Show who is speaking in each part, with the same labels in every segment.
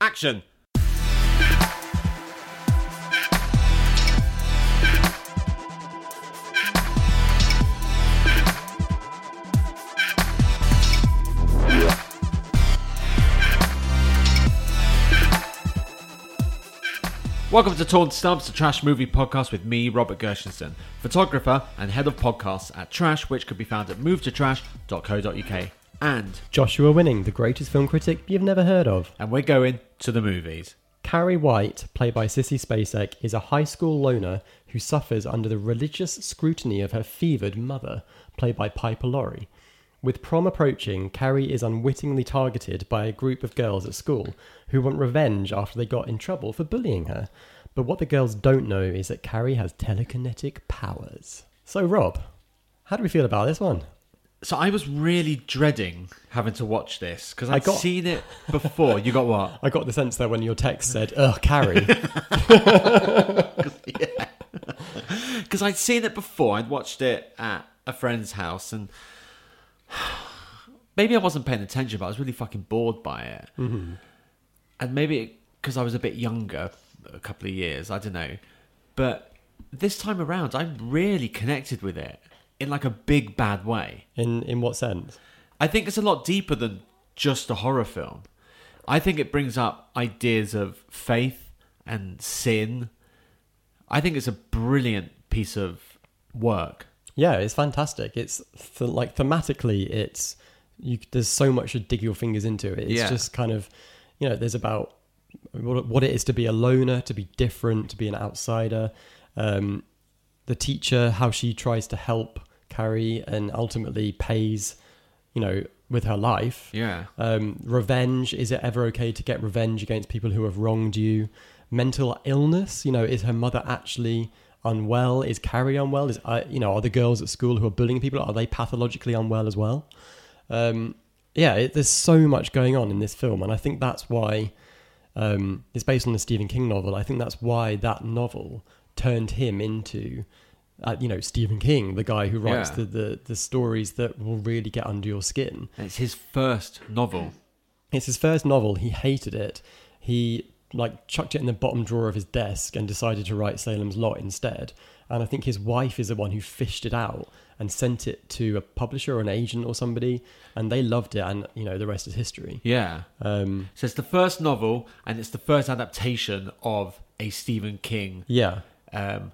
Speaker 1: Action! Welcome to Torn Stubs, the Trash Movie Podcast with me, Robert Gershenson, photographer and head of podcasts at Trash, which could be found at movetotrash.co.uk. And
Speaker 2: Joshua Winning, the greatest film critic you've never heard of.
Speaker 1: and we're going to the movies.
Speaker 2: Carrie White, played by Sissy Spacek, is a high school loner who suffers under the religious scrutiny of her fevered mother, played by Piper Laurie. With prom approaching, Carrie is unwittingly targeted by a group of girls at school who want revenge after they got in trouble for bullying her. But what the girls don't know is that Carrie has telekinetic powers. So, Rob, how do we feel about this one?
Speaker 1: So I was really dreading having to watch this because I'd
Speaker 2: got-
Speaker 1: seen it before. you got what?
Speaker 2: I got the sense that when your text said, ugh, Carrie,
Speaker 1: Because I'd seen it before. I'd watched it at a friend's house and maybe I wasn't paying attention, but I was really fucking bored by it. Mm-hmm. And maybe because I was a bit younger, a couple of years, I don't know. But this time around, I really connected with it in like a big bad way.
Speaker 2: in, in what sense?
Speaker 1: I think it's a lot deeper than just a horror film. I think it brings up ideas of faith and sin. I think it's a brilliant piece of work.
Speaker 2: Yeah, it's fantastic. It's th- like thematically, it's you. There's so much to dig your fingers into. It's
Speaker 1: Yeah.
Speaker 2: just kind of, you know, there's about what, what it is to be a loner, to be different, to be an outsider. Um, the teacher, how she tries to help Carrie, and ultimately pays, you know, with her life.
Speaker 1: Yeah.
Speaker 2: Um, revenge. Is it ever okay to get revenge against people who have wronged you? Mental illness. You know, is her mother actually unwell? Is Carrie unwell? Is uh, you know, are the girls at school who are bullying people are they pathologically unwell as well? Um, yeah, it, there's so much going on in this film, and I think that's why um, it's based on the Stephen King novel. I think that's why that novel turned him into. Uh, you know Stephen King, the guy who writes
Speaker 1: Yeah.
Speaker 2: the, the the stories that will really get under your skin.
Speaker 1: And it's his first novel.
Speaker 2: It's his first novel. He hated it. He like chucked it in the bottom drawer of his desk and decided to write Salem's Lot instead. And I think his wife is the one who fished it out and sent it to a publisher or an agent or somebody, and they loved it. And you know the rest is history.
Speaker 1: Yeah.
Speaker 2: Um,
Speaker 1: So it's the first novel and it's the first adaptation of a Stephen King
Speaker 2: yeah,
Speaker 1: um,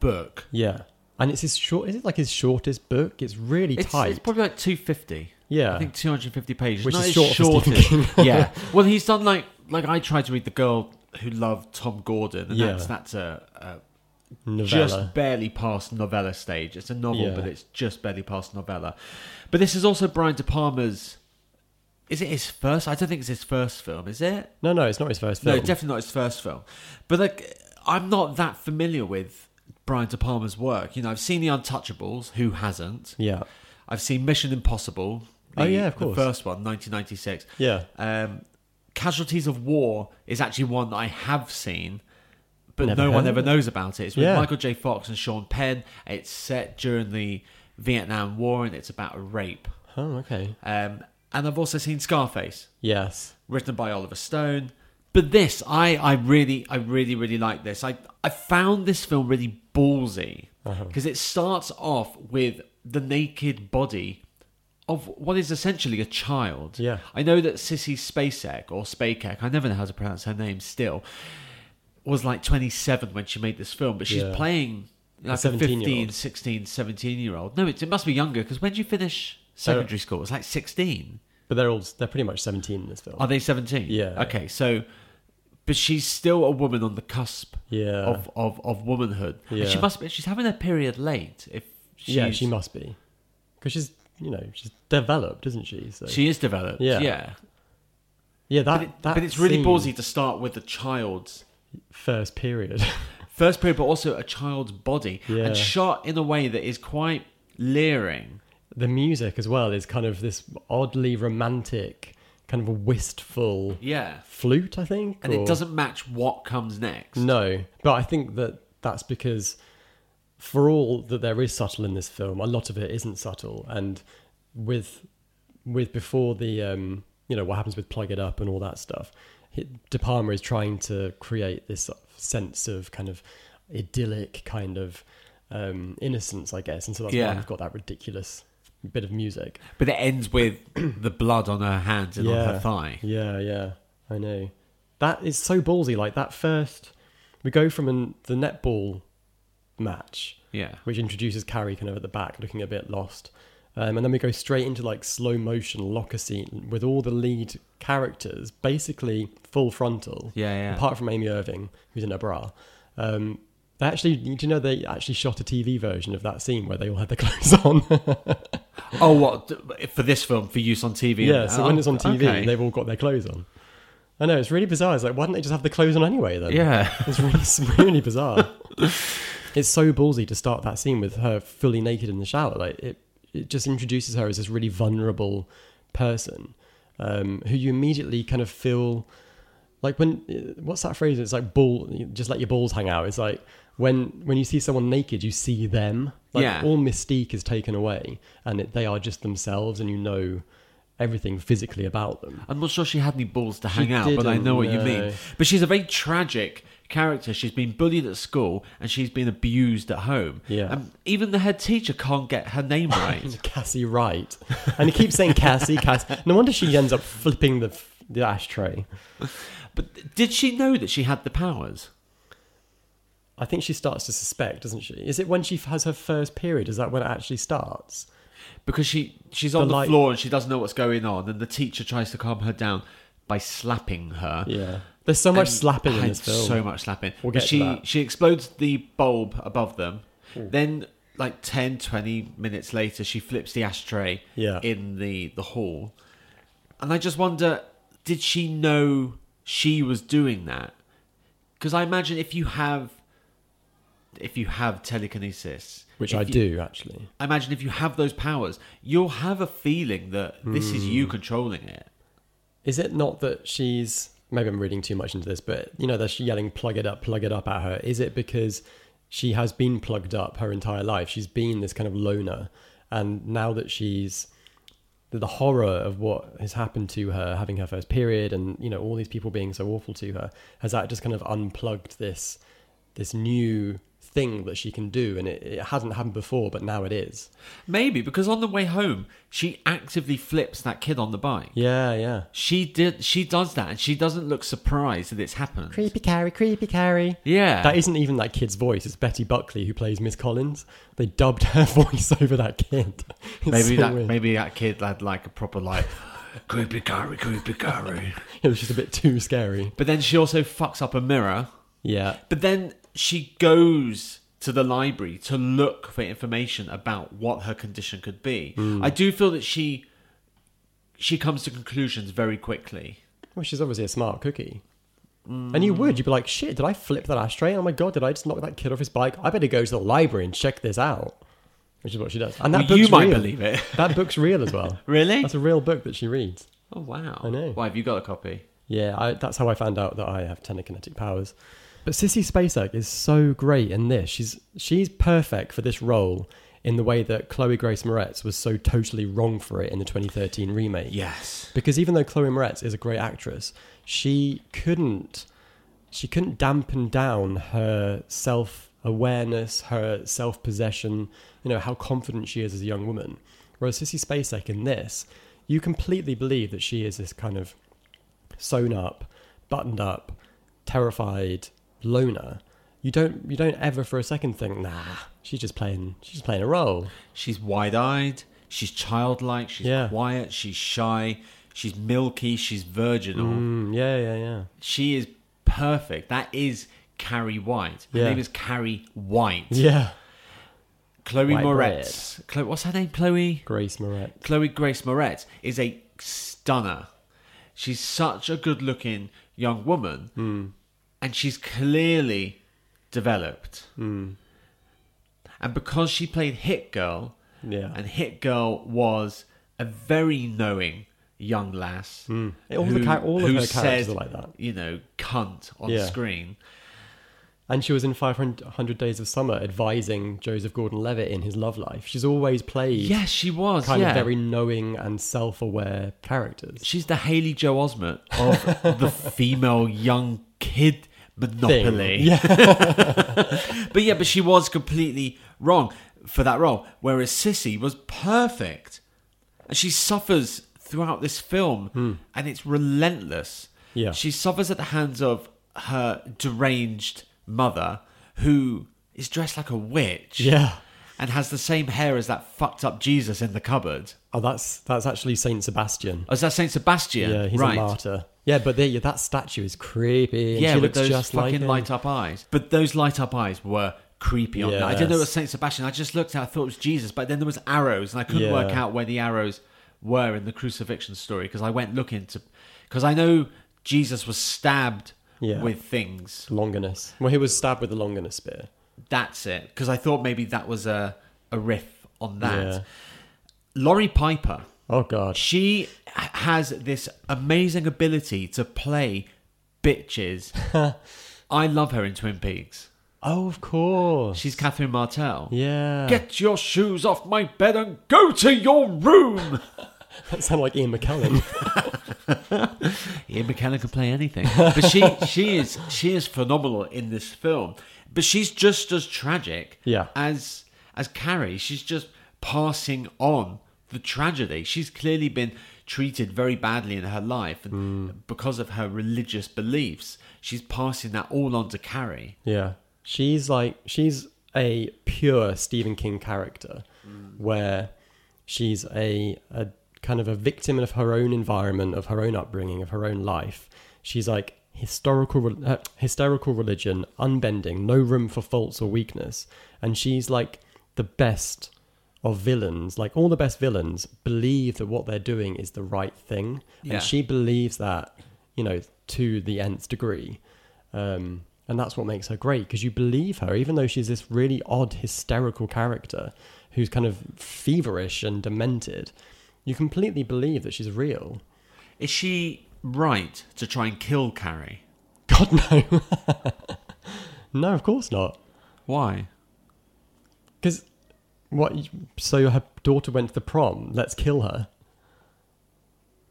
Speaker 1: book.
Speaker 2: yeah. And it's his short. Is it like his shortest book? It's really
Speaker 1: It's,
Speaker 2: tight.
Speaker 1: it's probably like 250.
Speaker 2: yeah,
Speaker 1: I think 250 pages.
Speaker 2: Which
Speaker 1: Not
Speaker 2: is
Speaker 1: his
Speaker 2: short for Stephen
Speaker 1: shortest. yeah. Well, he's done like like I tried to read the girl who loved Tom Gordon, and
Speaker 2: Yeah.
Speaker 1: that's that's a, a
Speaker 2: novella.
Speaker 1: just barely past novella stage. It's a novel,
Speaker 2: Yeah.
Speaker 1: but it's just barely past novella. But this is also Brian De Palma's. Is it his first? I don't think it's his first film. Is it?
Speaker 2: no, no, it's not his first film.
Speaker 1: No, definitely not his first film. But like, I'm not that familiar with Brian De Palma's work. You know, I've seen The Untouchables. Who hasn't?
Speaker 2: yeah,
Speaker 1: I've seen Mission Impossible.
Speaker 2: Oh, yeah, of course.
Speaker 1: The first one, 1996.
Speaker 2: yeah.
Speaker 1: Um, Casualties of War is actually one that I have seen, but
Speaker 2: Never
Speaker 1: no one
Speaker 2: heard of
Speaker 1: ever knows about it. It's with
Speaker 2: Yeah.
Speaker 1: Michael J. Fox and Sean Penn. It's set during the Vietnam War and it's about a rape.
Speaker 2: Oh, okay.
Speaker 1: Um, and I've also seen Scarface,
Speaker 2: Yes.
Speaker 1: written by Oliver Stone. But this, I, I really, I really, really like this. I, I found this film really ballsy
Speaker 2: Uh-huh.
Speaker 1: because it starts off with the naked body of what is essentially a child.
Speaker 2: Yeah.
Speaker 1: I know that Sissy Spacek or Spacek, I never know how to pronounce her name still, was like 27 when she made this film, but she's
Speaker 2: Yeah.
Speaker 1: playing like a
Speaker 2: 17-year-old.
Speaker 1: 15, 16, 17 year old. No, it, it must be younger because when did you finish secondary school? It's like 16.
Speaker 2: But they're all they're pretty much seventeen in this film.
Speaker 1: Are they 17?
Speaker 2: Yeah.
Speaker 1: Okay, so, but she's still a woman on the cusp
Speaker 2: yeah.
Speaker 1: of, of, of womanhood. And she
Speaker 2: Yeah.
Speaker 1: must be, she's having her period late. If she's,
Speaker 2: yeah, she must be, because she's you know she's developed, isn't she? So
Speaker 1: She is developed. Yeah.
Speaker 2: Yeah. yeah, that
Speaker 1: But, it-
Speaker 2: that
Speaker 1: but it's really
Speaker 2: scene,
Speaker 1: ballsy to start with a child's
Speaker 2: First period.
Speaker 1: first period, but also a child's body.
Speaker 2: Yeah.
Speaker 1: And shot in a way that is quite leering.
Speaker 2: the music as well is kind of this oddly romantic, kind of a wistful
Speaker 1: Yeah.
Speaker 2: flute, I think.
Speaker 1: And
Speaker 2: or-
Speaker 1: it doesn't match what comes next.
Speaker 2: No, but I think that that's because for all that there is subtle in this film, a lot of it isn't subtle, and with with before the um, you know what happens with plug it up and all that stuff, he- De Palma is trying to create this sort of sense of kind of idyllic kind of um, innocence, I guess, and so that's
Speaker 1: Yeah.
Speaker 2: why we've got that ridiculous bit of music.
Speaker 1: But it ends with the blood on her hands and on her thigh.
Speaker 2: Yeah, yeah, I know. That is so ballsy. Like that first, we go from an, the netball match,
Speaker 1: Yeah.
Speaker 2: which introduces Carrie kind of at the back, looking a bit lost, um, and then we go straight into like slow motion locker scene with all the lead characters basically full frontal.
Speaker 1: Yeah, yeah.
Speaker 2: Apart from Amy Irving, who's in a bra. Um, they actually, do you know they actually shot a TV version of that scene where they all had their clothes on?
Speaker 1: Oh, what for this film for use on TV?
Speaker 2: Yeah, so when
Speaker 1: Oh,
Speaker 2: it's on TV,
Speaker 1: okay.
Speaker 2: they've all got their clothes on. I know it's really bizarre. It's like why don't they just have the clothes on anyway? Then
Speaker 1: yeah,
Speaker 2: it's really it's really bizarre. it's so ballsy to start that scene with her fully naked in the shower. Like it, it just introduces her as this really vulnerable person um, who you immediately kind of feel like when uh, what's that phrase? It's like ball, just let your balls hang out. It's like when when you see someone naked, you see them. Like
Speaker 1: Yeah.
Speaker 2: all mystique is taken away, and it, they are just themselves, and you know everything physically about them.
Speaker 1: I'm not sure she had any balls to hang out, but I
Speaker 2: didn't,
Speaker 1: know what you
Speaker 2: no.
Speaker 1: mean. But she's a very tragic character. She's been bullied at school and she's been abused at home.
Speaker 2: Yeah.
Speaker 1: and even the head teacher can't get her name right.
Speaker 2: Cassie Wright, and he keeps saying Cassie, Cassie. No wonder she ends up flipping the the ashtray.
Speaker 1: but did she know that she had the powers?
Speaker 2: I think she starts to suspect, doesn't she? Is it when she has her first period? Is that when it actually starts?
Speaker 1: Because she she's on
Speaker 2: The
Speaker 1: the,
Speaker 2: light-
Speaker 1: floor and she doesn't know what's going on, and the teacher tries to calm her down by slapping her.
Speaker 2: Yeah. There's so much
Speaker 1: And
Speaker 2: slapping
Speaker 1: I
Speaker 2: in
Speaker 1: had
Speaker 2: this film.
Speaker 1: So much slapping.
Speaker 2: We'll
Speaker 1: But
Speaker 2: get to
Speaker 1: she
Speaker 2: that.
Speaker 1: she explodes the bulb above them. Then like 10 20 minutes later she flips the ashtray
Speaker 2: Yeah.
Speaker 1: in the the hall. And I just wonder did she know she was doing that? Cuz I imagine if you have if you have telekinesis,
Speaker 2: Which
Speaker 1: if
Speaker 2: I
Speaker 1: you-
Speaker 2: do actually.
Speaker 1: I imagine if you have those powers, you'll have a feeling that this is you
Speaker 2: Hmm.
Speaker 1: controlling it.
Speaker 2: Is it not that she's maybe I'm reading too much into this, but you know, that she's yelling plug it up, plug it up at her. Is it because she has been plugged up her entire life? She's been this kind of loner and now that she's the horror of what has happened to her having her first period and you know all these people being so awful to her has that just kind of unplugged this this new thing that she can do and it, it hasn't happened before but now it is
Speaker 1: Maybe because on the way home, she actively flips that kid on the bike.
Speaker 2: yeah yeah
Speaker 1: She did. She does that, and she doesn't look surprised that it's happened.
Speaker 2: creepy carry creepy carry
Speaker 1: Yeah,
Speaker 2: That isn't even that kid's voice. It's Betty Buckley who plays Miss Collins. They dubbed her voice over that kid. It's
Speaker 1: maybe
Speaker 2: so
Speaker 1: that
Speaker 2: weird.
Speaker 1: maybe that kid had like a proper like creepy curry, creepy curry.
Speaker 2: It was just a bit too scary.
Speaker 1: But then she also fucks up a mirror.
Speaker 2: Yeah.
Speaker 1: But then she goes to the library to look for information about what her condition could be. I do feel that she she comes to conclusions very quickly.
Speaker 2: Well, she's obviously a smart cookie.
Speaker 1: Mm.
Speaker 2: And you would. You'd be like, shit, did I flip that ashtray? Oh my god, did I just knock that kid off his bike? I better go to the library and check this out. Which is what she does. And that
Speaker 1: Well, you
Speaker 2: book's
Speaker 1: might
Speaker 2: real.
Speaker 1: believe it.
Speaker 2: That book's real as well.
Speaker 1: Really?
Speaker 2: That's a real book that she reads.
Speaker 1: Oh wow!
Speaker 2: I know.
Speaker 1: Why have you got a copy?
Speaker 2: Yeah, I, that's how I found out that I have telekinetic powers. But Sissy Spacek is so great in this. She's she's perfect for this role in the way that Chloe Grace Moretz was so totally wrong for it in the 2013 remake.
Speaker 1: Yes.
Speaker 2: Because even though Chloe Moretz is a great actress, she couldn't she couldn't dampen down her self awareness, her self possession, you know, how confident she is as a young woman. Whereas Sissy Spacek in this, you completely believe that she is this kind of sewn up, buttoned up, terrified loner. You don't you don't ever for a second think, nah, she's just playing she's just playing a role.
Speaker 1: She's wide eyed. She's childlike. She's
Speaker 2: Yeah.
Speaker 1: quiet. She's shy. She's milky. She's virginal.
Speaker 2: Mm, yeah, yeah, yeah.
Speaker 1: She is perfect. That is Carrie White. Her
Speaker 2: Yeah.
Speaker 1: name is Carrie White.
Speaker 2: Yeah.
Speaker 1: Chloe
Speaker 2: White
Speaker 1: Moretz. Chloe, what's her name? Chloe.
Speaker 2: Grace Moretz.
Speaker 1: Chloe Grace Moretz is a stunner. She's such a good looking young woman.
Speaker 2: Mm.
Speaker 1: And she's clearly developed.
Speaker 2: Mm.
Speaker 1: And because she played Hit Girl,
Speaker 2: Yeah.
Speaker 1: and Hit Girl was a very knowing young lass.
Speaker 2: Hmm. All the char- all of
Speaker 1: who
Speaker 2: her characters
Speaker 1: said,
Speaker 2: are like that.
Speaker 1: You know, cunt on
Speaker 2: Yeah.
Speaker 1: screen.
Speaker 2: And she was in 500 Days of Summer advising Joseph Gordon Levitt in his love life. She's always played
Speaker 1: Yes, she was.
Speaker 2: kind
Speaker 1: yeah.
Speaker 2: of very knowing and self aware characters.
Speaker 1: She's the Haley Joe Osment of the female young kid monopoly.
Speaker 2: Thing. Yeah.
Speaker 1: But yeah, but she was completely wrong for that role. Whereas Sissy was perfect. And she suffers throughout this film and it's relentless.
Speaker 2: Hmm. Yeah.
Speaker 1: She suffers at the hands of her deranged mother, who is dressed like a witch.
Speaker 2: Yeah.
Speaker 1: And has the same hair as that fucked up Jesus in the cupboard.
Speaker 2: Oh, that's that's actually Saint Sebastian.
Speaker 1: Oh, is that Saint Sebastian?
Speaker 2: Yeah, he's
Speaker 1: right.
Speaker 2: a martyr. Yeah, but there, yeah, that statue is creepy. And
Speaker 1: Yeah,
Speaker 2: she
Speaker 1: with
Speaker 2: looks
Speaker 1: those
Speaker 2: just like
Speaker 1: fucking
Speaker 2: him.
Speaker 1: light up eyes. But those light up eyes were creepy on that. I didn't know it was Saint Sebastian. I just looked at it, I thought it was Jesus, but then there was arrows and I couldn't
Speaker 2: Yeah.
Speaker 1: work out where the arrows were in the crucifixion story because I went looking to because I know Jesus was stabbed
Speaker 2: Yeah.
Speaker 1: with things.
Speaker 2: Longinus. Well, he was stabbed with a Longinus spear.
Speaker 1: That's it. Because I thought maybe that was a a riff on that.
Speaker 2: Yeah.
Speaker 1: Laurie Piper.
Speaker 2: Oh God.
Speaker 1: She has this amazing ability to play bitches. I love her in Twin Peaks.
Speaker 2: Oh, of course.
Speaker 1: She's Catherine Martel.
Speaker 2: yeah.
Speaker 1: Get your shoes off my bed and go to your room.
Speaker 2: That sounded like Ian McKellen.
Speaker 1: Ian McKellen can play anything, but she she is she is phenomenal in this film. But she's just as tragic
Speaker 2: Yeah.
Speaker 1: as as Carrie. She's just passing on the tragedy. She's clearly been treated very badly in her life,
Speaker 2: Mm.
Speaker 1: and because of her religious beliefs, she's passing that all on to Carrie.
Speaker 2: yeah. She's like she's a pure Stephen King character, where she's a a kind of a victim of her own environment, of her own upbringing, of her own life. She's like historical re- uh, hysterical religion, unbending, no room for faults or weakness, and she's like the best of villains. Like all the best villains believe that what they're doing is the right thing,
Speaker 1: Yeah.
Speaker 2: and she believes that, you know, to the nth degree. Um, and that's what makes her great because you believe her, even though she's this really odd, hysterical character who's kind of feverish and demented. You completely believe that she's real.
Speaker 1: Is she right to try and kill Carrie?
Speaker 2: God, no. no, of course not.
Speaker 1: Why?
Speaker 2: Because what? you- So her daughter went to the prom. Let's kill her.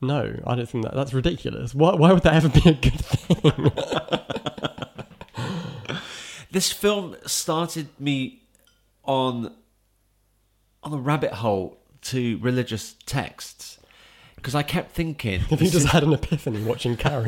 Speaker 2: No, I don't think that. That's ridiculous. Why, why would that ever be a good thing?
Speaker 1: this film started me on on a rabbit hole to religious texts because I kept thinking,
Speaker 2: If you just had an epiphany watching Carrie.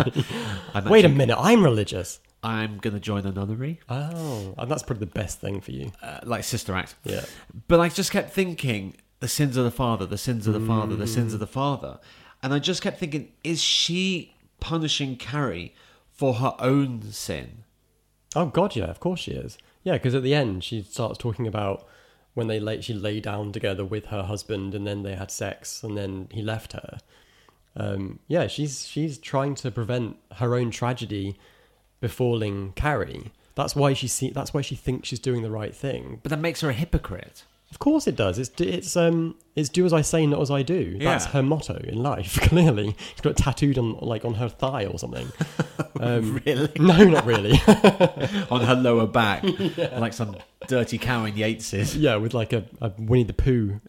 Speaker 1: I'm
Speaker 2: Wait a
Speaker 1: actually-
Speaker 2: minute, I'm religious.
Speaker 1: I'm going to join a nunnery,
Speaker 2: Oh, and that's probably the best thing for you.
Speaker 1: uh, like Sister Act.
Speaker 2: Yeah.
Speaker 1: But I just kept thinking, the sins of the father, the sins of the father, the sins of the father, and I just kept thinking, is she punishing Carrie for her own sin?
Speaker 2: Oh God, yeah, of course she is. Yeah, because at the end she starts talking about when they lay she lay down together with her husband, and then they had sex, and then he left her. Um, yeah, she's she's trying to prevent her own tragedy befalling Carrie. That's why she see. That's why she thinks she's doing the right thing.
Speaker 1: But that makes her a hypocrite.
Speaker 2: Of course it does. It's d- it's um it's do as I say, not as I do. That's
Speaker 1: Yeah.
Speaker 2: her motto in life. Clearly, she's got it tattooed on like on her thigh or something. Um,
Speaker 1: really?
Speaker 2: No, not really.
Speaker 1: on her lower back, like some dirty cow in Yates's.
Speaker 2: yeah, with like a, a Winnie the Pooh,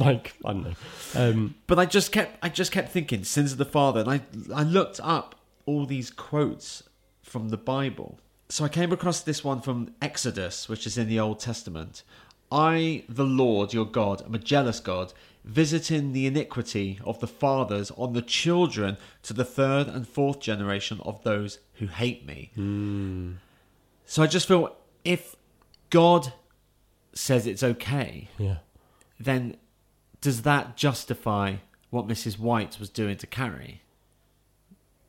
Speaker 2: like I don't know. Um,
Speaker 1: But I just kept, I just kept thinking, sins of the father, and I, I looked up all these quotes from the Bible. So I came across this one from Exodus, which is in the Old Testament. I, the Lord your God, am a jealous God, visiting the iniquity of the fathers on the children to the third and fourth generation of those who hate me. So I just feel if God says it's okay,
Speaker 2: yeah,
Speaker 1: then does that justify what Mrs. White was doing to Carrie?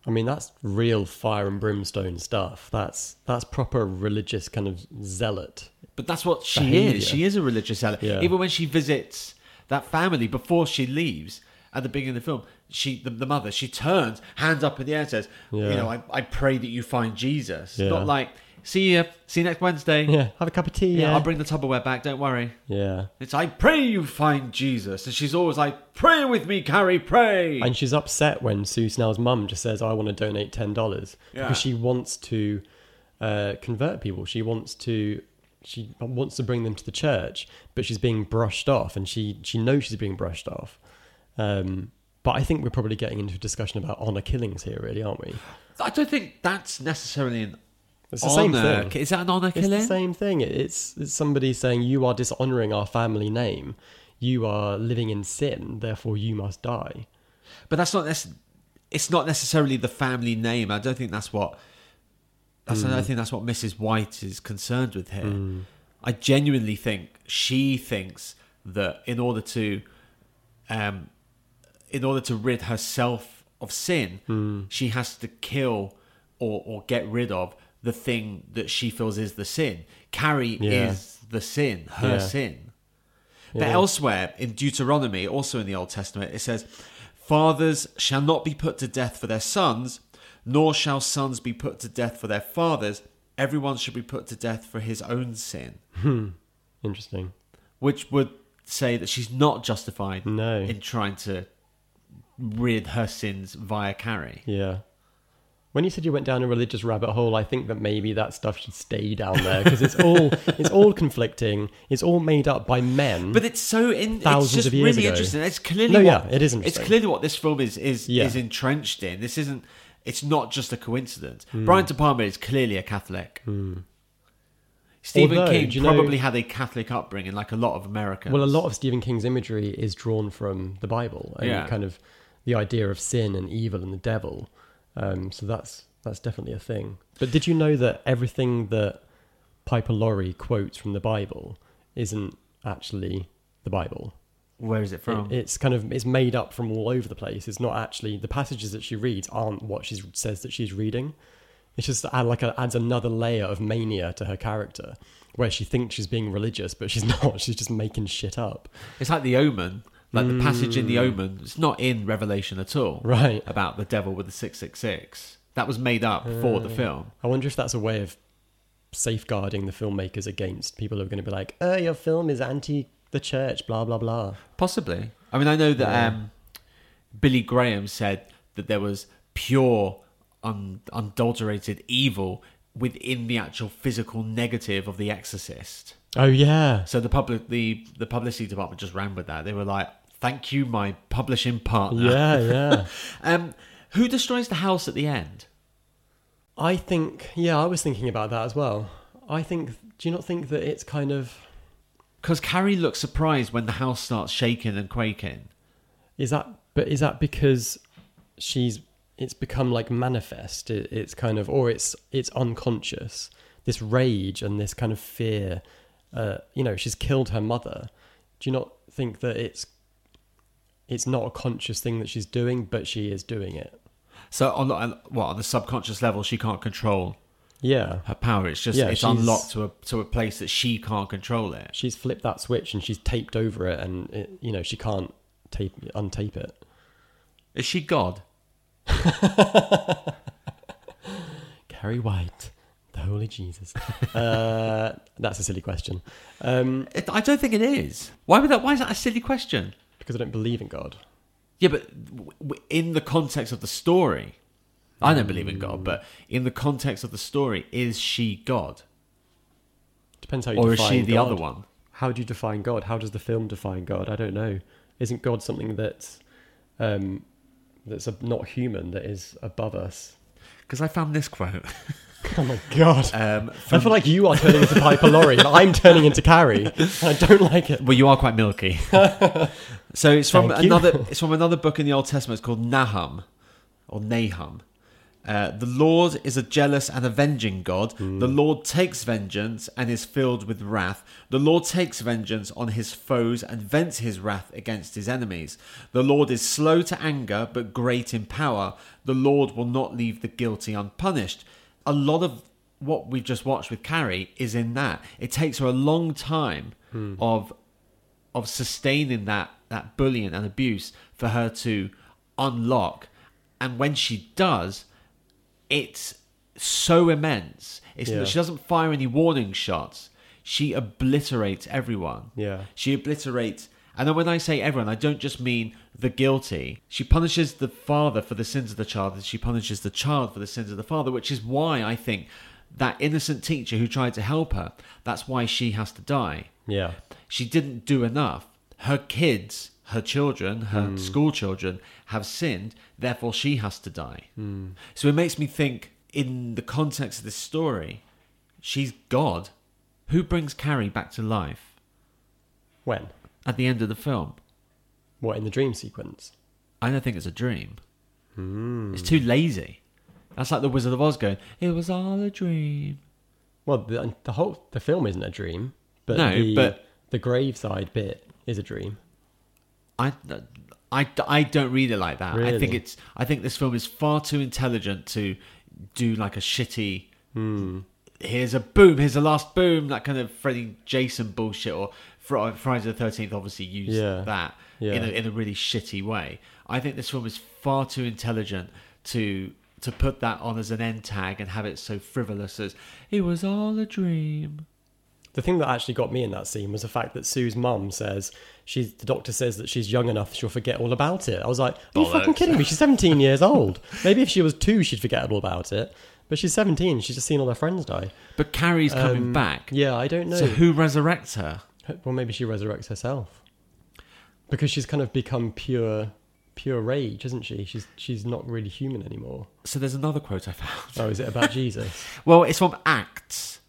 Speaker 2: I mean that's real fire and brimstone stuff. That's that's proper religious kind of zealot.
Speaker 1: But that's what she
Speaker 2: Behaviour.
Speaker 1: is. She is a religious zealot.
Speaker 2: Yeah.
Speaker 1: Even when she visits that family before she leaves at the beginning of the film, she the, the mother she turns hands up in the air and says, "You
Speaker 2: Yeah.
Speaker 1: know, I, I pray that you find Jesus."
Speaker 2: Yeah.
Speaker 1: Not like, "See you, see you next Wednesday."
Speaker 2: Yeah, have a cup of tea.
Speaker 1: Yeah,
Speaker 2: Yeah,
Speaker 1: I'll bring the Tupperware back. Don't worry.
Speaker 2: yeah.
Speaker 1: It's I pray you find Jesus, and she's always like, "Pray with me, Carrie, pray."
Speaker 2: And she's upset when Sue Snell's mum just says, "I want to donate ten dollars,"
Speaker 1: Yeah.
Speaker 2: because she wants to uh, convert people. She wants to she wants to bring them to the church, but she's being brushed off, and she she knows she's being brushed off. Um, but I think we're probably getting into a discussion about honor killings here, really, aren't we?
Speaker 1: I don't think that's necessarily an
Speaker 2: It's the same
Speaker 1: honor.
Speaker 2: thing.
Speaker 1: Is that an honor
Speaker 2: It's
Speaker 1: killing?
Speaker 2: the same thing. It's, it's somebody saying you are dishonoring our family name. You are living in sin, therefore you must die.
Speaker 1: But that's not nec- it's not necessarily the family name. I don't think that's what that's I don't think that's what Mrs. White is concerned with here. I genuinely think she thinks that in order to um in order to rid herself of sin, she has to kill or or get rid of the thing that she feels is the sin. Carrie
Speaker 2: Yeah.
Speaker 1: is the sin, her
Speaker 2: Yeah.
Speaker 1: sin. But
Speaker 2: Yeah.
Speaker 1: elsewhere in Deuteronomy, also in the Old Testament, it says, Fathers shall not be put to death for their sons, nor shall sons be put to death for their fathers. Everyone should be put to death for his own sin,
Speaker 2: Interesting.
Speaker 1: which would say that she's not justified
Speaker 2: No.
Speaker 1: in trying to rid her sins via Carrie.
Speaker 2: Yeah. When you said you went down a religious rabbit hole, I think that maybe that stuff should stay down there because it's all it's all conflicting. It's all made up by men.
Speaker 1: But it's so in
Speaker 2: Mm-hmm. Thousands
Speaker 1: it's just
Speaker 2: of years
Speaker 1: really
Speaker 2: ago.
Speaker 1: interesting. It's clearly
Speaker 2: No,
Speaker 1: what,
Speaker 2: yeah, it
Speaker 1: It's
Speaker 2: is interesting.
Speaker 1: clearly what this film is is
Speaker 2: Yeah.
Speaker 1: is entrenched in. This isn't. It's not just a coincidence.
Speaker 2: Mm.
Speaker 1: Brian De Palma is clearly a Catholic. Stephen
Speaker 2: Although, do
Speaker 1: King
Speaker 2: you know-
Speaker 1: probably had a Catholic upbringing, like a lot of Americans.
Speaker 2: well, a lot of Stephen King's imagery is drawn from the Bible and
Speaker 1: Yeah.
Speaker 2: kind of the idea of sin and evil and the devil. Um, so that's that's definitely a thing. But did you know that everything that Piper Laurie quotes from the Bible isn't actually the Bible?
Speaker 1: Where is it from?
Speaker 2: It- it's kind of it's made up from all over the place. It's not actually the passages that she reads aren't what she says that she's reading. It's just add, like a, adds another layer of mania to her character, where she thinks she's being religious, but she's not. She's just making shit up.
Speaker 1: it's like the Omen. Like the passage in the Omen, it's not in Revelation at all.
Speaker 2: Mm. Right.
Speaker 1: About the devil with the six six six. That was made up for
Speaker 2: Uh.
Speaker 1: the film.
Speaker 2: I wonder if that's a way of safeguarding the filmmakers against people who are going to be like, "Oh, your film is anti the church," blah blah blah.
Speaker 1: Possibly. I mean, I know that um, Billy Graham said that there was pure, un- unadulterated evil within the actual physical negative of The Exorcist.
Speaker 2: Oh yeah,
Speaker 1: So the public, the the publicity department just ran with that. They were like, "Thank you, my publishing partner."
Speaker 2: yeah yeah.
Speaker 1: Um, who destroys the house at the end?
Speaker 2: I think, yeah, I was thinking about that as well. I think, do you not think that it's kind of,
Speaker 1: Because Carrie looks surprised when the house starts shaking and quaking.
Speaker 2: is that, but is that because she's, it's become like manifest? It, it's kind of, or it's, it's unconscious. This rage and this kind of fear, uh, you know, she's killed her mother. Do you not think that it's, it's not a conscious thing that she's doing, but she is doing it?
Speaker 1: So on the, on- what on the subconscious level, she can't control
Speaker 2: Yeah.
Speaker 1: her power. It's just
Speaker 2: Yeah,
Speaker 1: it's
Speaker 2: she's-
Speaker 1: unlocked to a to a place that she can't control it.
Speaker 2: She's flipped that switch and she's taped over it and, it, you know, she can't tape, untape it.
Speaker 1: Is she God?
Speaker 2: Carrie White, the Holy Jesus. uh, that's a silly question um,
Speaker 1: It- I don't think it is. Why would that? Why is that a silly question?
Speaker 2: because I don't believe in God.
Speaker 1: Yeah, but w- w- in the context of the story, I don't believe in God. But in the context of the story, is she God,
Speaker 2: Depends how you
Speaker 1: or is
Speaker 2: define
Speaker 1: she the
Speaker 2: God.
Speaker 1: other one?
Speaker 2: How do you define God? How does the film define God? I don't know. Isn't God something that's um, that's a, not human that is above us?
Speaker 1: Because I found this quote.
Speaker 2: Oh my God!
Speaker 1: Um,
Speaker 2: I feel like you are turning into Piper Laurie. and I'm turning into Carrie. And I don't like it.
Speaker 1: well, you are quite milky. so it's from
Speaker 2: Thank you.
Speaker 1: another. It's from another book in the Old Testament. It's called Nahum, or Nahum. Uh, the Lord is a jealous and avenging God.
Speaker 2: Hmm.
Speaker 1: The Lord takes vengeance and is filled with wrath. The Lord takes vengeance on his foes and vents his wrath against his enemies. The Lord is slow to anger but great in power. The Lord will not leave the guilty unpunished. A lot of what we've just watched with Carrie is in that. It takes her a long time
Speaker 2: Hmm.
Speaker 1: of of sustaining that that bullying and abuse for her to unlock and when she does it's so immense it's
Speaker 2: Yeah.
Speaker 1: she doesn't fire any warning shots she obliterates everyone
Speaker 2: Yeah.
Speaker 1: she obliterates and then when i say everyone i don't just mean the guilty she punishes the father for the sins of the child and she punishes the child for the sins of the father which is why i think that innocent teacher who tried to help her, that's why she has to die.
Speaker 2: Yeah.
Speaker 1: She didn't do enough. Her kids, her children, her school children have sinned, therefore she has to die. So it makes me think, in the context of this story, she's God. Who brings Carrie back to life
Speaker 2: When?
Speaker 1: at the end of the film?
Speaker 2: What in the dream sequence? Hmm.
Speaker 1: I don't think it's a dream. It's too lazy. That's like the Wizard of Oz going, it was all a dream.
Speaker 2: Well, the, the whole the film isn't a dream, but
Speaker 1: No,
Speaker 2: the,
Speaker 1: but-
Speaker 2: the graveside bit is a dream.
Speaker 1: I, I, I don't read it like that. I think
Speaker 2: Really?
Speaker 1: it's. I think this film is far too intelligent to do like a shitty.
Speaker 2: Hmm.
Speaker 1: Here's a boom. Here's a last boom. That kind of Freddy Jason bullshit or Fr- Friday the Thirteenth. Obviously, used
Speaker 2: Yeah.
Speaker 1: that in
Speaker 2: Yeah.
Speaker 1: a, in a really shitty way. I think this film is far too intelligent to to put that on as an end tag and have it so frivolous as it was all a dream.
Speaker 2: The thing that actually got me in that scene was the fact that Sue's mum says she's the doctor says that she's young enough she'll forget all about it. I was like, Are you fucking
Speaker 1: Bollocks.
Speaker 2: kidding me? She's seventeen years old. Maybe if she was two she'd forget all about it. But she's seventeen, she's just seen all her friends die.
Speaker 1: But Carrie's coming back.
Speaker 2: Um, Yeah, I don't know.
Speaker 1: So who resurrects her?
Speaker 2: Well maybe she resurrects herself. Because she's kind of become pure pure rage, isn't she? She's she's not really human anymore.
Speaker 1: So there's another quote I found.
Speaker 2: Oh, is it about Jesus?
Speaker 1: Well, it's from Acts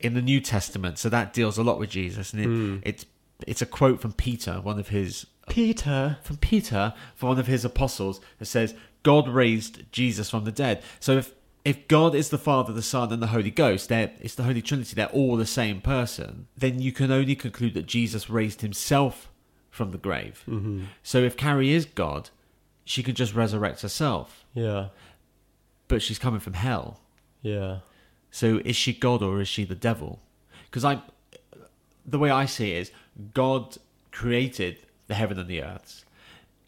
Speaker 1: in the New Testament, so that deals a lot with Jesus, and it, it's it's a quote from Peter, one of his
Speaker 2: Peter
Speaker 1: from Peter, from one of his apostles, that says God raised Jesus from the dead. So if if God is the Father, the Son, and the Holy Ghost, they're, it's the Holy Trinity, they're all the same person, then you can only conclude that Jesus raised himself from the grave. So if Carrie is God, she could just resurrect herself,
Speaker 2: Yeah.
Speaker 1: but she's coming from hell.
Speaker 2: Yeah.
Speaker 1: So is she God or is she the devil? Because I, the way I see it is, God created the heaven and the earth,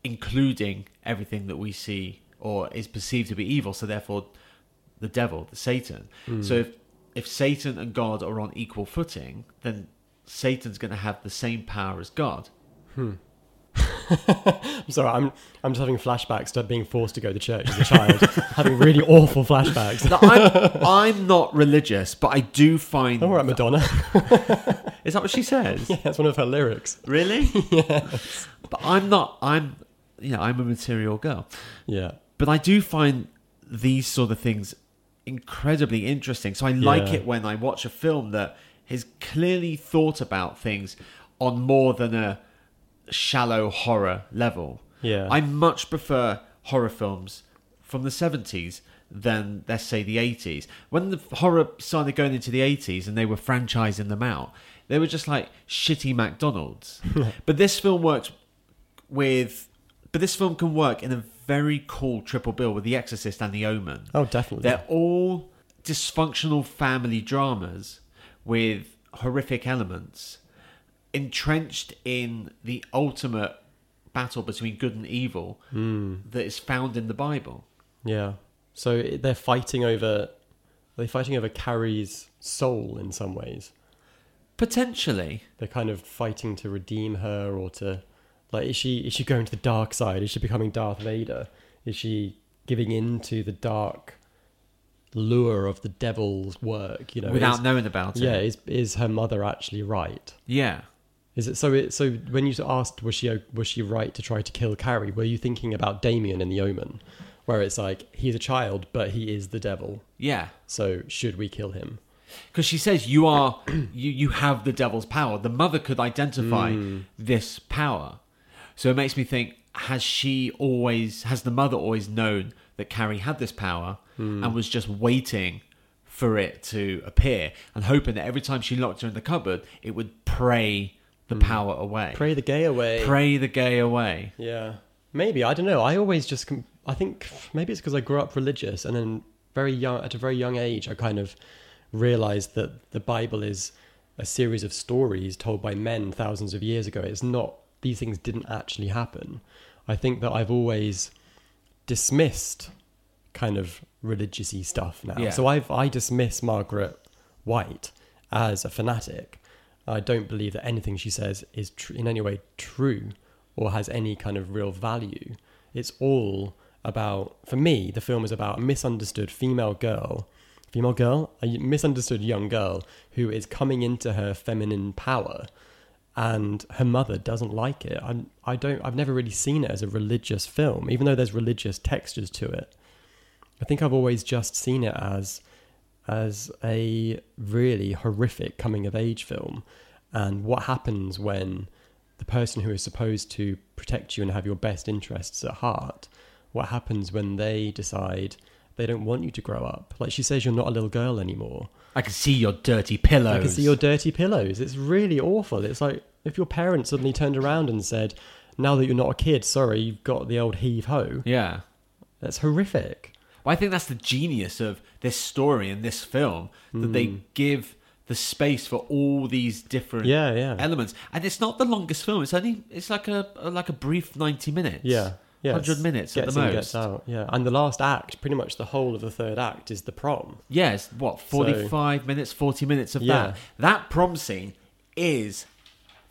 Speaker 1: including everything that we see or is perceived to be evil. So therefore, the devil, the Satan. So if if Satan and God are on equal footing, then Satan's going to have the same power as God.
Speaker 2: I'm sorry, I'm I'm just having flashbacks to being forced to go to church as a child, having really awful flashbacks.
Speaker 1: Now, I'm, I'm not religious, but I do find.
Speaker 2: All right, Madonna.
Speaker 1: Is that what she says?
Speaker 2: That's one of her lyrics.
Speaker 1: Really? But I'm not. I'm. You know, I'm a material girl.
Speaker 2: Yeah,
Speaker 1: But I do find these sort of things incredibly interesting. So I like
Speaker 2: Yeah.
Speaker 1: it when I watch a film that has clearly thought about things on more than a shallow horror level.
Speaker 2: Yeah.
Speaker 1: I much prefer horror films from the 70s than let's say the 80s. When the horror started going into the 80s and they were franchising them out, they were just like shitty McDonald's. but this film works with but this film can work in a very cool triple bill with The Exorcist and The Omen.
Speaker 2: Oh, definitely.
Speaker 1: They're all dysfunctional family dramas with horrific elements, entrenched in the ultimate battle between good and evil that is found in the Bible.
Speaker 2: yeah. So it- they're fighting over, they're fighting over Carrie's soul in some ways.
Speaker 1: Potentially.
Speaker 2: They're kind of fighting to redeem her, or to, like, is she is she going to the dark side? Is she becoming Darth Vader? Is she giving in to the dark lure of the devil's work? You know,
Speaker 1: without
Speaker 2: is-
Speaker 1: knowing about it.
Speaker 2: yeah, is is her mother actually right?
Speaker 1: Yeah.
Speaker 2: Is it so? It, so when you asked, was she was she right to try to kill Carrie? Were you thinking about Damien in The Omen, where it's like he's a child, but he is the devil.
Speaker 1: Yeah.
Speaker 2: So should we kill him?
Speaker 1: because she says you are you you have the devil's power the mother could identify
Speaker 2: Hmm.
Speaker 1: this power so it makes me think has she always has the mother always known that carrie had this power
Speaker 2: Hmm.
Speaker 1: and was just waiting for it to appear and hoping that every time she locked her in the cupboard it would pray the power away
Speaker 2: Hmm. Pray the gay away.
Speaker 1: pray the gay away
Speaker 2: Yeah, maybe I don't know. I always just com- I think maybe it's because I grew up religious, and then very young at a very young age, I kind of realized that the Bible is a series of stories told by men thousands of years ago. It's not these things didn't actually happen. I think that I've always dismissed kind of religious-y stuff now.
Speaker 1: Yeah.
Speaker 2: So I've I dismiss Margaret White as a fanatic. I don't believe that anything she says is tr- in any way true or has any kind of real value. It's all about for me the film is about a misunderstood female girl female girl, a misunderstood young girl who is coming into her feminine power, and her mother doesn't like it. I I don't. I've never really seen it as a religious film, even though there's religious textures to it. I think I've always just seen it as as a really horrific coming of age film and what happens when the person who is supposed to protect you and have your best interests at heart what happens when they decide they don't want you to grow up like she says you're not a little girl anymore
Speaker 1: I can see your dirty pillows.
Speaker 2: i can see your dirty pillows it's really awful it's like if your parents suddenly turned around and said now that you're not a kid sorry you've got the old heave ho
Speaker 1: Yeah.
Speaker 2: that's horrific
Speaker 1: Well, I think that's the genius of this story and this film that
Speaker 2: Hmm.
Speaker 1: they give the space for all these different
Speaker 2: yeah yeah
Speaker 1: elements, and it's not the longest film. It's only it's like a like a brief ninety minutes.
Speaker 2: Yeah. Yeah.
Speaker 1: hundred minutes at
Speaker 2: Gets
Speaker 1: the
Speaker 2: in,
Speaker 1: most.
Speaker 2: gets out. Yeah. And the last act, pretty much the whole of the third act is the prom.
Speaker 1: Yeah, it's what forty five minutes, forty minutes of
Speaker 2: Yeah.
Speaker 1: that. That prom scene is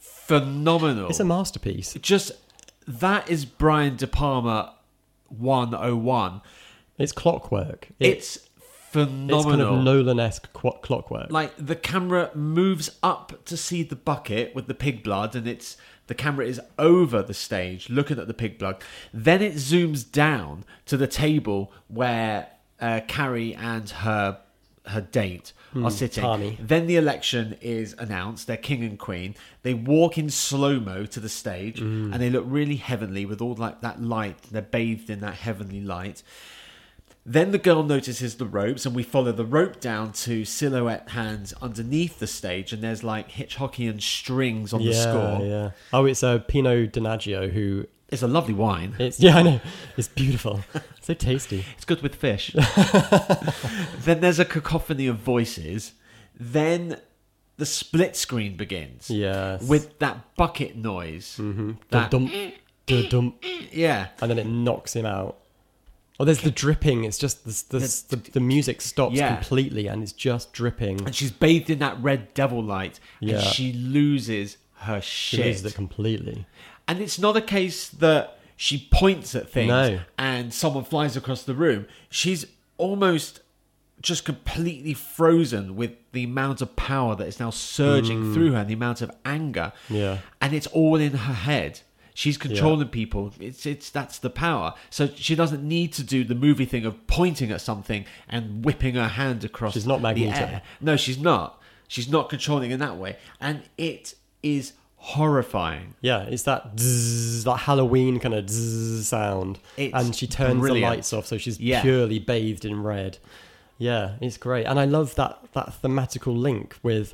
Speaker 1: phenomenal.
Speaker 2: It's a masterpiece.
Speaker 1: Just that is Brian De Palma one oh one.
Speaker 2: It's clockwork. It-
Speaker 1: It's
Speaker 2: it's
Speaker 1: phenomenal.
Speaker 2: kind of Nolan esque qu- clockwork.
Speaker 1: like the camera moves up to see the bucket with the pig blood and it's the camera is over the stage looking at the pig blood then it zooms down to the table where uh, carrie and her her date are sitting
Speaker 2: Tommy.
Speaker 1: then the election is announced they're king and queen they walk in slow mo to the stage and they look really heavenly with all like that light they're bathed in that heavenly light then the girl notices the ropes, and we follow the rope down to silhouette hands underneath the stage, and there's like Hitchcockian strings on
Speaker 2: yeah,
Speaker 1: the score.
Speaker 2: yeah. Oh, it's uh, Pinot Donaggio who
Speaker 1: It's a lovely wine.
Speaker 2: it's yeah, I know. It's beautiful. so tasty.
Speaker 1: It's good with fish. then there's a cacophony of voices. Then the split screen begins
Speaker 2: Yes. Mm-hmm.
Speaker 1: with that bucket noise.
Speaker 2: the
Speaker 1: that-
Speaker 2: dump, the dump,
Speaker 1: Yeah.
Speaker 2: and then it knocks him out. Oh, there's the dripping. It's just the the, the, the music stops
Speaker 1: Yeah.
Speaker 2: completely, and it's just dripping.
Speaker 1: And she's bathed in that red devil light, and
Speaker 2: Yeah.
Speaker 1: she loses her shit.
Speaker 2: She loses it completely.
Speaker 1: And it's not a case that she points at things
Speaker 2: No.
Speaker 1: and someone flies across the room. She's almost just completely frozen with the amount of power that is now surging through her and the amount of anger.
Speaker 2: Mm. Yeah.
Speaker 1: And it's all in her head. She's controlling people. It's it's that's the power. So she doesn't need to do the movie thing of pointing at something and whipping her hand across
Speaker 2: She's not
Speaker 1: the
Speaker 2: Magneto.
Speaker 1: air. No, she's not. She's not controlling in that way. And it is horrifying.
Speaker 2: Yeah, it's that zzz, that Halloween kind of zzz sound,
Speaker 1: It's
Speaker 2: and she turns
Speaker 1: brilliant.
Speaker 2: the lights off, so she's
Speaker 1: Yeah.
Speaker 2: purely bathed in red. Yeah, it's great, and I love that that thematical link with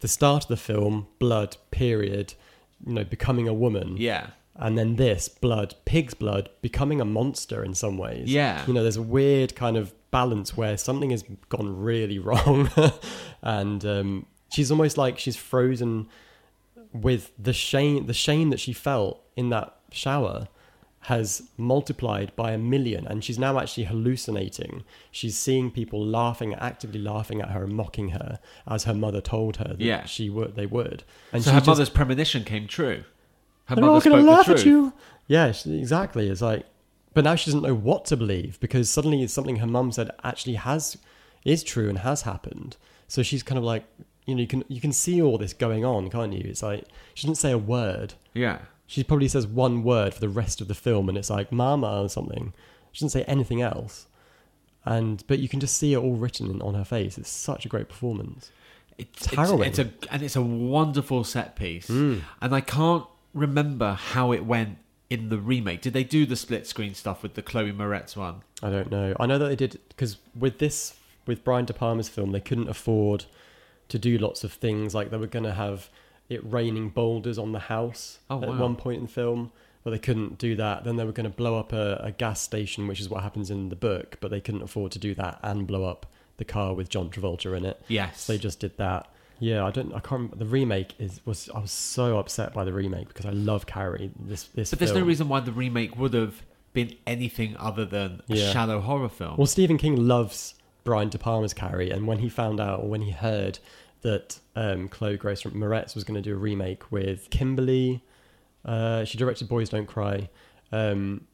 Speaker 2: the start of the film, blood, period, you know, becoming a woman,
Speaker 1: Yeah.
Speaker 2: and then this blood, pig's blood, becoming a monster in some ways.
Speaker 1: Yeah.
Speaker 2: you know, there's a weird kind of balance where something has gone really wrong, and um, she's almost like she's frozen with the shame the shame that she felt in that shower has multiplied by a million and she's now actually hallucinating she's seeing people laughing actively laughing at her and mocking her as her mother told her that
Speaker 1: Yeah.
Speaker 2: she would they would and
Speaker 1: so
Speaker 2: she
Speaker 1: her
Speaker 2: just-
Speaker 1: mother's premonition came true. Her
Speaker 2: they're all
Speaker 1: mother
Speaker 2: going
Speaker 1: spoke
Speaker 2: to laugh
Speaker 1: the
Speaker 2: at
Speaker 1: truth.
Speaker 2: you yeah she, exactly it's like but now she doesn't know what to believe because suddenly it's something her mum said actually has is true and has happened so she's kind of like you know you can you can see all this going on can't you it's like she didn't say a word
Speaker 1: Yeah.
Speaker 2: she probably says one word for the rest of the film, and it's like "mama" or something. She doesn't say anything else, and but you can just see it all written in, on her face. It's such a great performance.
Speaker 1: It's,
Speaker 2: harrowing. Mm.
Speaker 1: It's, a and it's a wonderful set piece. And I can't remember how it went in the remake. Did they do the split screen stuff with the Chloe Moretz one?
Speaker 2: I don't know. I know that they did because with this, with Brian De Palma's film, they couldn't afford to do lots of things. Like they were going to have it raining boulders on the house
Speaker 1: Oh,
Speaker 2: at
Speaker 1: wow.
Speaker 2: one point in the film, but they couldn't do that. Then they were going to blow up a, a gas station, which is what happens in the book, but they couldn't afford to do that and blow up the car with John Travolta in it.
Speaker 1: Yes.
Speaker 2: They just did that. Yeah, I don't. I can't. Remember. The remake is was. I was so upset by the remake because I love Carrie. This this.
Speaker 1: but there's no
Speaker 2: film.
Speaker 1: reason why the remake would have been anything other than a
Speaker 2: Yeah.
Speaker 1: shallow horror film.
Speaker 2: Well, Stephen King loves Brian De Palma's Carrie, and when he found out, or when he heard that um, Chloe Grace Moretz was going to do a remake with Kimberly, uh, she directed Boys Don't Cry. Um,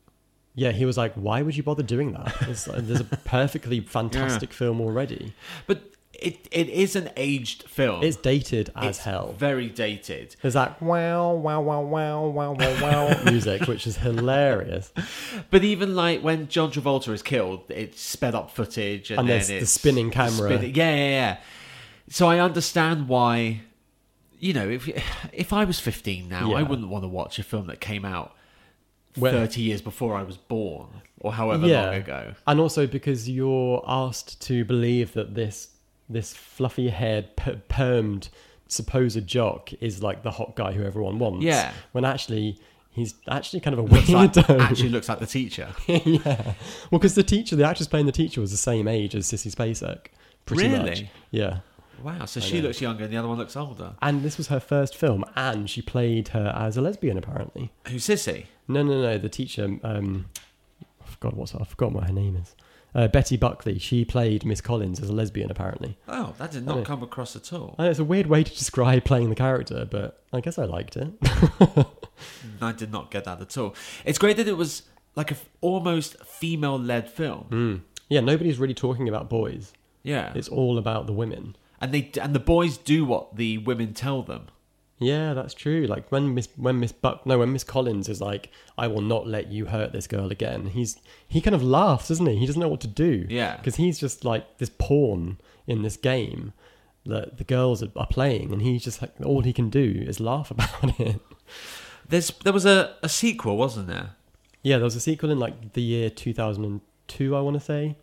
Speaker 2: Yeah, he was like, "Why would you bother doing that? It's, there's a perfectly fantastic film already.
Speaker 1: But it it is an aged film.
Speaker 2: It's dated as
Speaker 1: It's
Speaker 2: hell.
Speaker 1: Very dated.
Speaker 2: There's that wow, wow, wow, wow, wow, wow, wow music, which is hilarious.
Speaker 1: But even like when John Travolta is killed, it's sped up footage and,
Speaker 2: And
Speaker 1: then
Speaker 2: there's the
Speaker 1: it's
Speaker 2: spinning camera.
Speaker 1: yeah, yeah, yeah. So I understand why. You know, if if I was 15 now, I
Speaker 2: Yeah.
Speaker 1: wouldn't want to watch a film that came out
Speaker 2: Well-
Speaker 1: 30 years before I was born or however long ago.
Speaker 2: And also because you're asked to believe that this this fluffy haired per- permed supposed jock is like the hot guy who everyone wants.
Speaker 1: Yeah.
Speaker 2: When actually he's actually kind of a
Speaker 1: Looks like,
Speaker 2: weirdo.
Speaker 1: actually looks like the teacher.
Speaker 2: yeah. Well, because the teacher, the actress playing the teacher, was the same age as Sissy Spacek. Pretty
Speaker 1: Really?
Speaker 2: much. Yeah.
Speaker 1: Wow. So she
Speaker 2: know.
Speaker 1: looks younger and the other one looks older.
Speaker 2: And this was her first film, and she played her as a lesbian, apparently.
Speaker 1: Who's Sissy?
Speaker 2: No, no, no. The teacher, um, I forgot what's I forgot what her name is. Uh, Betty Buckley. She played Miss Collins as a lesbian, apparently.
Speaker 1: Oh, that did
Speaker 2: I
Speaker 1: not
Speaker 2: know.
Speaker 1: come across at all.
Speaker 2: And it's a weird way to describe playing the character, but I guess I liked it.
Speaker 1: I did not get that at all. It's great that it was like a f- almost female led film.
Speaker 2: Yeah, nobody's really talking about boys.
Speaker 1: Yeah.
Speaker 2: It's all about the women.
Speaker 1: and they and the boys do what the women tell them.
Speaker 2: Yeah, that's true. Like when Miss when Miss Buck no when Miss Collins is like, I will not let you hurt this girl again. He's he kind of laughs, doesn't he? He doesn't know what to do.
Speaker 1: Yeah.
Speaker 2: because he's just like this pawn in this game that the girls are, are playing, and he's just like all he can do is laugh about it.
Speaker 1: There's there was a, a sequel, wasn't there?
Speaker 2: Yeah, there was a sequel in like the year two thousand and two, I want to say.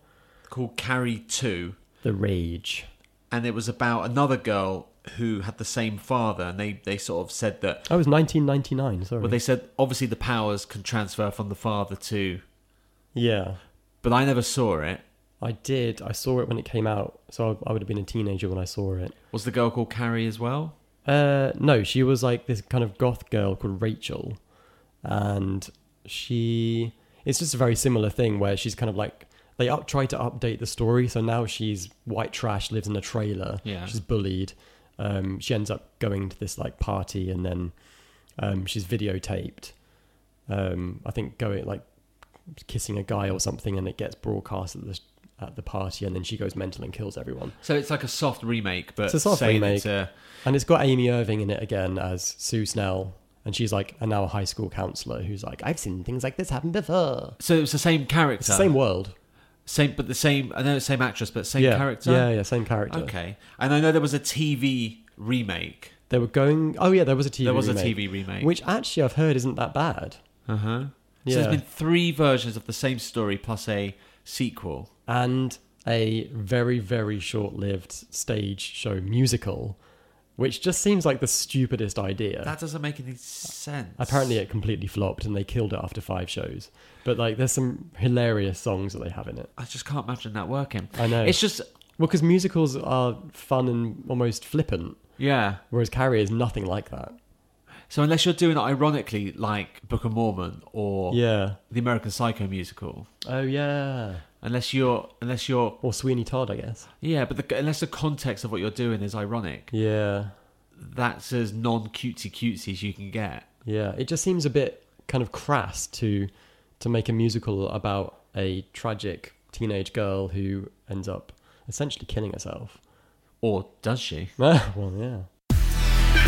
Speaker 1: Called Carrie Two,
Speaker 2: The Rage.
Speaker 1: and it was about another girl who had the same father, and they they sort of said that.
Speaker 2: Oh, it was nineteen ninety nine. Sorry.
Speaker 1: Well, they said obviously the powers can transfer from the father to,
Speaker 2: yeah,
Speaker 1: but I never saw it.
Speaker 2: I did. I saw it when it came out, so I, I would have been a teenager when I saw it.
Speaker 1: Was the girl called Carrie as well?
Speaker 2: Uh, no, she was like this kind of goth girl called Rachel, and she. It's just a very similar thing where she's kind of like they up try to update the story, so now she's white trash, lives in a trailer.
Speaker 1: Yeah.
Speaker 2: she's bullied. Um, she ends up going to this like party, and then um, she's videotaped. Um, I think going like kissing a guy or something, and it gets broadcast at the at the party, and then she goes mental and kills everyone.
Speaker 1: So it's like a soft remake, but
Speaker 2: It's a soft
Speaker 1: saying
Speaker 2: remake.
Speaker 1: it's a-
Speaker 2: And it's got Amy Irving in it again as Sue Snell. And she's like, and now a high school counselor who's like, I've seen things like this happen before.
Speaker 1: so it's the same character,
Speaker 2: It's the same world.
Speaker 1: Same- but the same. I know it's same actress, but same
Speaker 2: yeah.
Speaker 1: character.
Speaker 2: Yeah, yeah, same character.
Speaker 1: Okay, and I know there was a TV remake.
Speaker 2: They were going, oh yeah, there was a TV
Speaker 1: there was
Speaker 2: remake,
Speaker 1: a TV remake.
Speaker 2: Which actually I've heard isn't that bad.
Speaker 1: uh huh. So
Speaker 2: Yeah.
Speaker 1: there's been three versions of the same story plus a sequel.
Speaker 2: and a very, very short lived stage show musical, which just seems like the stupidest idea.
Speaker 1: That doesn't make any sense.
Speaker 2: Apparently it completely flopped and they killed it after five shows. But like, there's some hilarious songs that they have in it.
Speaker 1: I just can't imagine that working.
Speaker 2: I know.
Speaker 1: It's just
Speaker 2: Well, because musicals are fun and almost flippant,
Speaker 1: yeah.
Speaker 2: whereas Carrie is nothing like that.
Speaker 1: So unless you're doing it ironically, like Book of Mormon or
Speaker 2: Yeah.
Speaker 1: the American Psycho musical,
Speaker 2: Oh yeah.
Speaker 1: unless you're unless you're
Speaker 2: Or Sweeney Todd, I guess.
Speaker 1: yeah, but the, unless the context of what you're doing is ironic,
Speaker 2: Yeah.
Speaker 1: that's as non cutesy cutesy as you can get.
Speaker 2: Yeah. It just seems a bit kind of crass to to make a musical about a tragic teenage girl who ends up essentially killing herself.
Speaker 1: Or does she?
Speaker 2: well, yeah.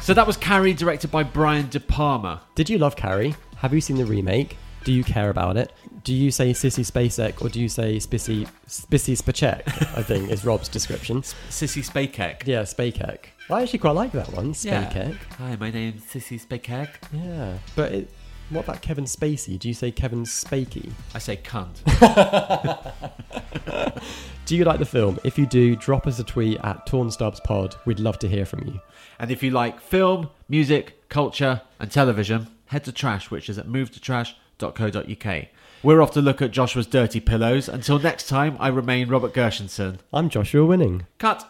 Speaker 1: So that was Carrie, directed by Brian De Palma.
Speaker 2: Did you love Carrie? Have you seen the remake? Do you care about it? Do you say Sissy Spacek or do you say Spissy Spissy Spacek? I think is Rob's description.
Speaker 1: Sissy Spacek.
Speaker 2: Yeah, Spacek. I actually quite like that one, Spacek.
Speaker 1: Hi, my name's Sissy Spacek.
Speaker 2: Yeah. But it, what about Kevin Spacey? Do you say Kevin Spakey?
Speaker 1: I say cunt.
Speaker 2: Do you like the film? If you do, drop us a tweet at TornStubsPod. We'd love to hear from you.
Speaker 1: and if you like film, music, culture, and television, head to Trash, which is at movetotrash.co.uk. We're off to look at Joshua's dirty pillows. Until next time, I remain Robert Gershenson.
Speaker 2: I'm Joshua Winning.
Speaker 1: Cut.